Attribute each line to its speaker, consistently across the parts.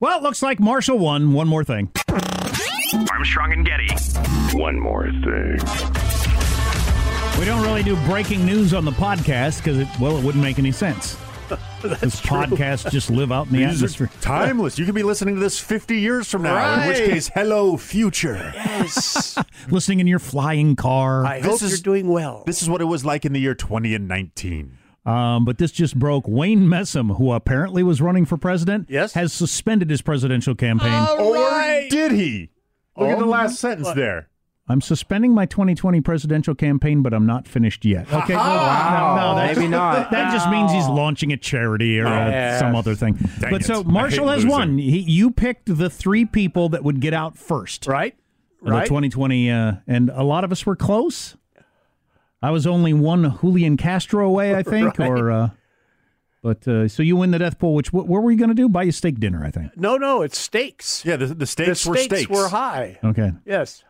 Speaker 1: Well, it looks like Marshall won. One more thing.
Speaker 2: Armstrong and Getty.
Speaker 3: One more thing.
Speaker 1: We don't really do breaking news on the podcast because it well, it wouldn't make any sense. Because podcasts just live out in the
Speaker 4: These are
Speaker 1: atmosphere.
Speaker 4: timeless. You could be listening to this 50 years from now, in which
Speaker 5: Right.
Speaker 4: case, hello, future.
Speaker 5: Yes.
Speaker 1: Listening in your flying car.
Speaker 5: I
Speaker 4: This
Speaker 5: hope
Speaker 4: is-
Speaker 5: you're doing well.
Speaker 4: This is what it was like in the year 20 and 19.
Speaker 1: Um, but this just broke. Wayne Messam, who apparently was running for president,
Speaker 4: Yes.
Speaker 1: has suspended his presidential campaign.
Speaker 4: Or did he? Look at the last sentence there.
Speaker 1: I'm suspending my 2020 presidential campaign, but I'm not finished yet. Okay. well, no, no, that
Speaker 5: Maybe
Speaker 1: just,
Speaker 5: not.
Speaker 1: That just means he's launching a charity or uh,
Speaker 5: Yes.
Speaker 1: some other thing.
Speaker 4: Dang
Speaker 1: but
Speaker 4: it. I
Speaker 1: so
Speaker 4: hate
Speaker 1: Marshall has
Speaker 4: losing.
Speaker 1: won. He, you picked the three people that would get out first.
Speaker 5: right?
Speaker 1: in the 2020, uh, and a lot of us were close. I was only one Julian Castro away, I think, or. Uh, but uh, so you win the death pool, which what, what were you going to do? Buy a steak dinner, I think.
Speaker 5: No, no, it's steaks.
Speaker 4: Yeah, the, the
Speaker 5: the
Speaker 4: stakes
Speaker 5: stakes
Speaker 4: were stakes.
Speaker 5: were high.
Speaker 1: Okay.
Speaker 5: Yes.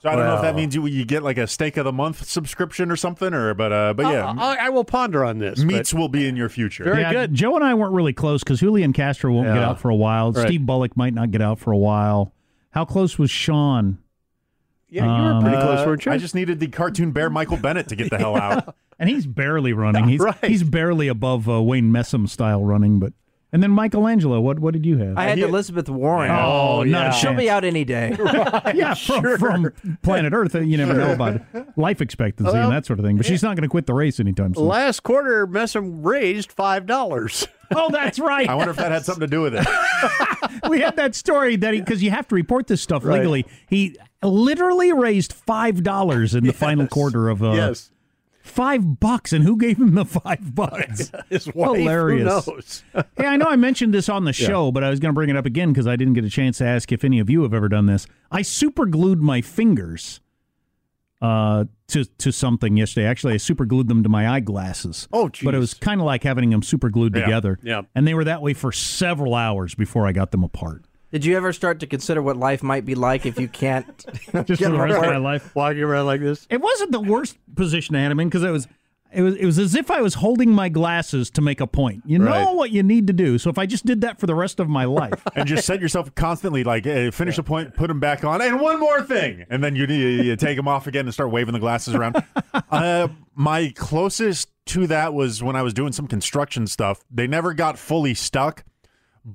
Speaker 4: So I don't know if that
Speaker 5: Well.
Speaker 4: means you you get like a steak of the month subscription or something, or but uh, but yeah,
Speaker 5: I- I, I will ponder on this.
Speaker 4: meats will be in your future.
Speaker 5: Very-
Speaker 1: yeah,
Speaker 5: good.
Speaker 1: Joe and I weren't really close because Julian Castro won't get
Speaker 4: Yeah.
Speaker 1: out for a while.
Speaker 5: Right.
Speaker 1: Steve Bullock might not get out for a while. How close was Sean?
Speaker 5: but- yeah, you were pretty
Speaker 4: Uh,
Speaker 5: close, weren't you?
Speaker 4: I just needed the cartoon bear Michael Bennett to get the hell out.
Speaker 1: And he's barely running. He's
Speaker 5: Right.
Speaker 1: he's barely above uh, Wayne Messam style running. But and then Michelangelo. What what did you have?
Speaker 6: I had Elizabeth Warren.
Speaker 1: oh, not a
Speaker 6: She'll
Speaker 1: chance.
Speaker 6: be out any day.
Speaker 1: yeah, from, from planet Earth, you never know about life expectancy and that sort of thing. But she's not going to quit the race anytime soon.
Speaker 5: Last quarter, Messam raised five dollars.
Speaker 1: oh, that's right.
Speaker 4: I wonder if that had something to do with it.
Speaker 1: we had that story that he because you have to report this stuff legally. He literally raised five dollars in the final quarter of uh,
Speaker 5: yes,
Speaker 1: five bucks, and who gave him the five bucks?
Speaker 5: his wife.
Speaker 1: hilarious.
Speaker 5: Who knows?
Speaker 1: hey, I know I mentioned this on the show, but I was going to bring it up again because I didn't get a chance to ask if any of you have ever done this. I super glued my fingers uh, to to something yesterday. Actually, I super glued them to my eyeglasses.
Speaker 5: Oh,
Speaker 1: But it
Speaker 5: jeez.
Speaker 1: was kind of like having them super glued
Speaker 4: Yeah,
Speaker 1: together.
Speaker 5: yeah.
Speaker 1: And they were that way for several hours before I got them apart.
Speaker 6: Did you ever start to consider what life might be like if you can't?
Speaker 1: Just for the rest of my life.
Speaker 5: Walking around like this.
Speaker 1: It wasn't the worst position I had him in because it was it was it was as if I was holding my glasses to make a point. You know
Speaker 4: Right.
Speaker 1: what you need to do. So if I just did that for the rest of my life,
Speaker 4: and just set yourself constantly like hey, finish the point, put them back on, and one more thing, and then you, you, you take them off again and start waving the glasses around. uh, my closest to that was when I was doing some construction stuff. They never got fully stuck,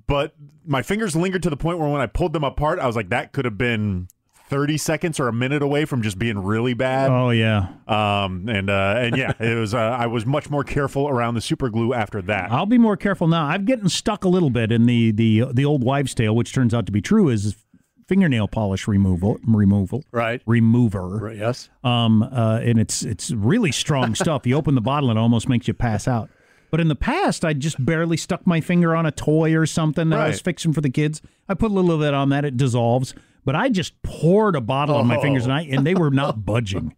Speaker 4: but my fingers lingered to the point where when I pulled them apart, I was like, that could have been. 30 seconds or a minute away from just being really bad.
Speaker 1: oh yeah,
Speaker 4: Um, and uh, and yeah, it was. Uh, I was much more careful around the super glue after that.
Speaker 1: I'll be more careful now. I've getting stuck a little bit in the the the old wives' tale, which turns out to be true, is fingernail polish removal removal
Speaker 5: Right.
Speaker 1: remover.
Speaker 5: Right, Yes.
Speaker 1: Um, uh, and it's it's really strong stuff. You open the bottle, and it almost makes you pass out. But in the past, I just barely stuck my finger on a toy or something that I was
Speaker 4: Right.
Speaker 1: fixing for the kids. I put a little of that on that; it dissolves. But I just poured a bottle on
Speaker 5: Oh.
Speaker 1: my fingers, and I and they were not budging.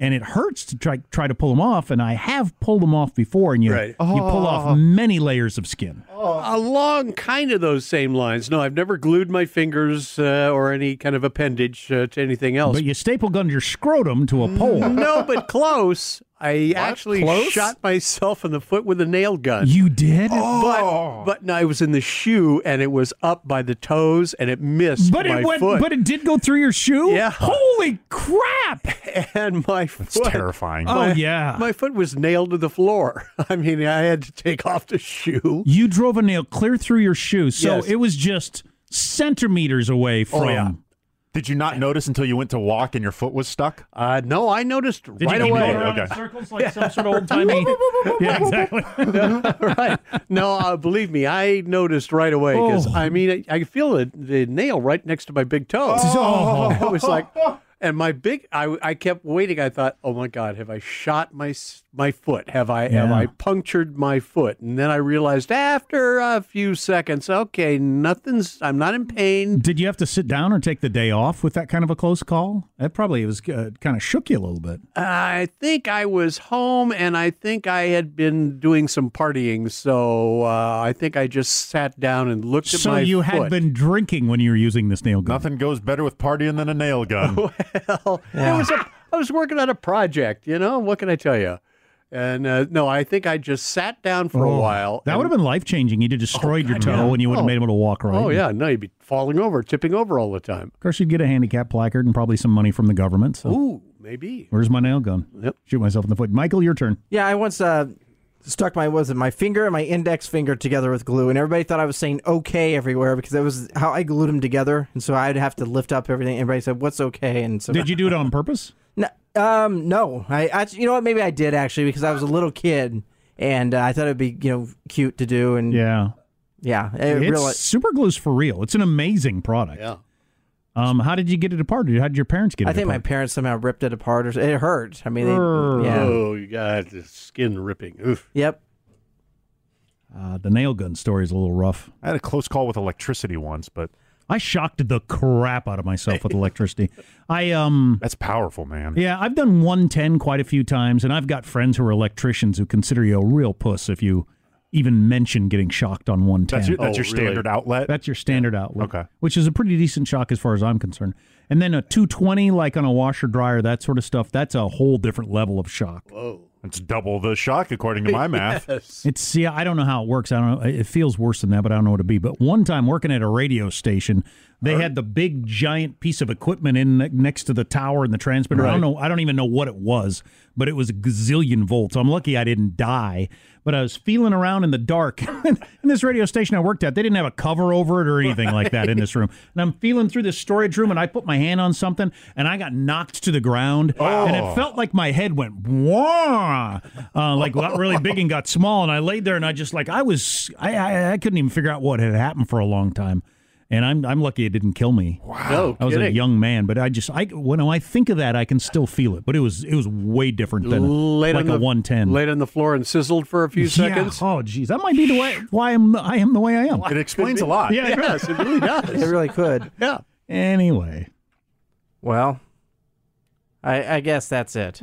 Speaker 1: And it hurts to try try to pull them off. And I have pulled them off before, and you
Speaker 5: Right.
Speaker 1: you pull off many layers of skin.
Speaker 5: Uh, Along kind of those same lines. No, I've never glued my fingers uh, or any kind of appendage uh, to anything else.
Speaker 1: But you staple gun your scrotum to a pole.
Speaker 5: no, but close. I actually
Speaker 6: Close?
Speaker 5: shot myself in the foot with a nail gun.
Speaker 1: You did,
Speaker 5: Oh, But but no, I was in the shoe and it was up by the toes and it missed
Speaker 1: but
Speaker 5: my
Speaker 1: it went,
Speaker 5: foot.
Speaker 1: but it did go through your shoe.
Speaker 5: Yeah.
Speaker 1: Holy crap!
Speaker 5: and my
Speaker 4: It's
Speaker 5: foot
Speaker 4: terrifying.
Speaker 1: Oh yeah.
Speaker 5: my foot was nailed to the floor. I mean, I had to take off the shoe.
Speaker 1: You drove a nail clear through your shoe, so
Speaker 5: Yes. Oh,
Speaker 1: it was just centimeters away from.
Speaker 5: yeah.
Speaker 4: Did you not notice until you went to walk and your foot was stuck?
Speaker 5: Uh, no, I noticed
Speaker 1: Did
Speaker 5: right
Speaker 1: you keep
Speaker 5: away.
Speaker 1: going around in
Speaker 4: Okay.
Speaker 1: circles like some sort of old timey? yeah, exactly.
Speaker 5: right. No, uh, believe me, I noticed right away because
Speaker 1: Oh.
Speaker 5: I mean, I, I feel the, the nail right next to my big toe.
Speaker 1: Oh.
Speaker 5: It was like, and my big, I, I kept waiting. I thought, oh my God, have I shot my s- my foot? Have I have
Speaker 1: Yeah.
Speaker 5: I punctured my foot? And then I realized after a few seconds, okay, nothing's. I'm not in pain.
Speaker 1: Did you have to sit down or take the day off with that kind of a close call? That probably was uh, kind of shook you a little bit.
Speaker 5: I think I was home, and I think I had been doing some partying, so uh, I think I just sat down and looked at
Speaker 1: So
Speaker 5: my
Speaker 1: you
Speaker 5: foot.
Speaker 1: had been drinking when you were using this nail gun.
Speaker 4: Nothing goes better with partying than a nail gun.
Speaker 5: well, it was a, I was working on a project, you know. What can I tell you? And uh, no, I think I just sat down for a
Speaker 1: Oh,
Speaker 5: while.
Speaker 1: That
Speaker 5: and-
Speaker 1: would have been life changing. You'd have destroyed your toe and you would have
Speaker 5: Oh.
Speaker 1: been able to walk right.
Speaker 5: Oh yeah, no, you'd be falling over, tipping over all the time.
Speaker 1: Of course, you'd get a handicap placard and probably some money from the government. So
Speaker 5: Ooh, maybe.
Speaker 1: where's my nail gun?
Speaker 5: Yep.
Speaker 1: Shoot myself in the foot. Michael, your turn.
Speaker 6: Yeah, I once uh, stuck my was it my finger and my index finger together with glue, and everybody thought I was saying okay everywhere because that was how I glued them together, and so I'd have to lift up everything. Everybody said, "What's okay?" And so
Speaker 1: Did you do it on purpose?
Speaker 6: No, um, no. I, I, you know what? Maybe I did actually because I was a little kid and uh, I thought it'd be you know cute to do and yeah,
Speaker 1: Yeah.
Speaker 6: I
Speaker 1: It's
Speaker 6: reali-
Speaker 1: super glue's for real. It's an amazing product.
Speaker 5: Yeah.
Speaker 1: Um, how did you get it apart? How did your parents get it
Speaker 6: I think my
Speaker 1: apart?
Speaker 6: parents somehow ripped it apart or s- it hurt. I mean, they,
Speaker 1: Brrr.
Speaker 6: yeah,
Speaker 5: Oh, you got the skin ripping. Oof.
Speaker 6: yep.
Speaker 1: uh, the nail gun story is a little rough.
Speaker 4: I had a close call with electricity once, but
Speaker 1: I shocked the crap out of myself with electricity. I um
Speaker 4: that's powerful, man.
Speaker 1: yeah, I've done 110 quite a few times and I've got friends who are electricians who consider you a real puss if you even mention getting shocked on 110.
Speaker 4: That's your,
Speaker 5: Oh,
Speaker 4: that's your
Speaker 5: really?
Speaker 4: standard outlet.
Speaker 1: That's your standard outlet.
Speaker 4: Okay.
Speaker 1: Which is a pretty decent shock as far as I'm concerned. And then a 220 like on a washer dryer, that sort of stuff, that's a whole different level of shock.
Speaker 4: It's double the shock according to my math.
Speaker 1: It's yeah, I don't know how it works. I don't know. It feels worse than that, but I don't know what it'd be. But one time working at a radio station, they had the big giant piece of equipment in ne- next to the tower and the transmitter. I don't know. I don't even know what it was, but it was a gazillion volts. I'm lucky I didn't die. But I was feeling around in the dark in this radio station I worked at. They didn't have a cover over it or anything like that in this room. And I'm feeling through this storage room, and I put my hand on something, and I got knocked to the ground, and
Speaker 5: Oh.
Speaker 1: it felt like my head went wah, uh, like got really big and got small. And I laid there, and I just like I was, I, I I couldn't even figure out what had happened for a long time. And I'm I'm lucky it didn't kill me.
Speaker 5: No
Speaker 1: I was a
Speaker 5: kidding.
Speaker 1: young man, but I just I when I think of that, I can still feel it. But it was it was way different than
Speaker 5: Laid
Speaker 1: like
Speaker 5: on
Speaker 1: a
Speaker 5: the,
Speaker 1: one ten.
Speaker 5: Laid on the floor and sizzled for a few seconds.
Speaker 1: Yeah. Oh, geez, that might be the way why I'm I am the way I am.
Speaker 4: It explains a lot.
Speaker 1: Yeah.
Speaker 5: Yes, it really
Speaker 6: It
Speaker 5: does.
Speaker 6: really could.
Speaker 5: yeah.
Speaker 1: Anyway,
Speaker 6: Well, I, I guess that's it.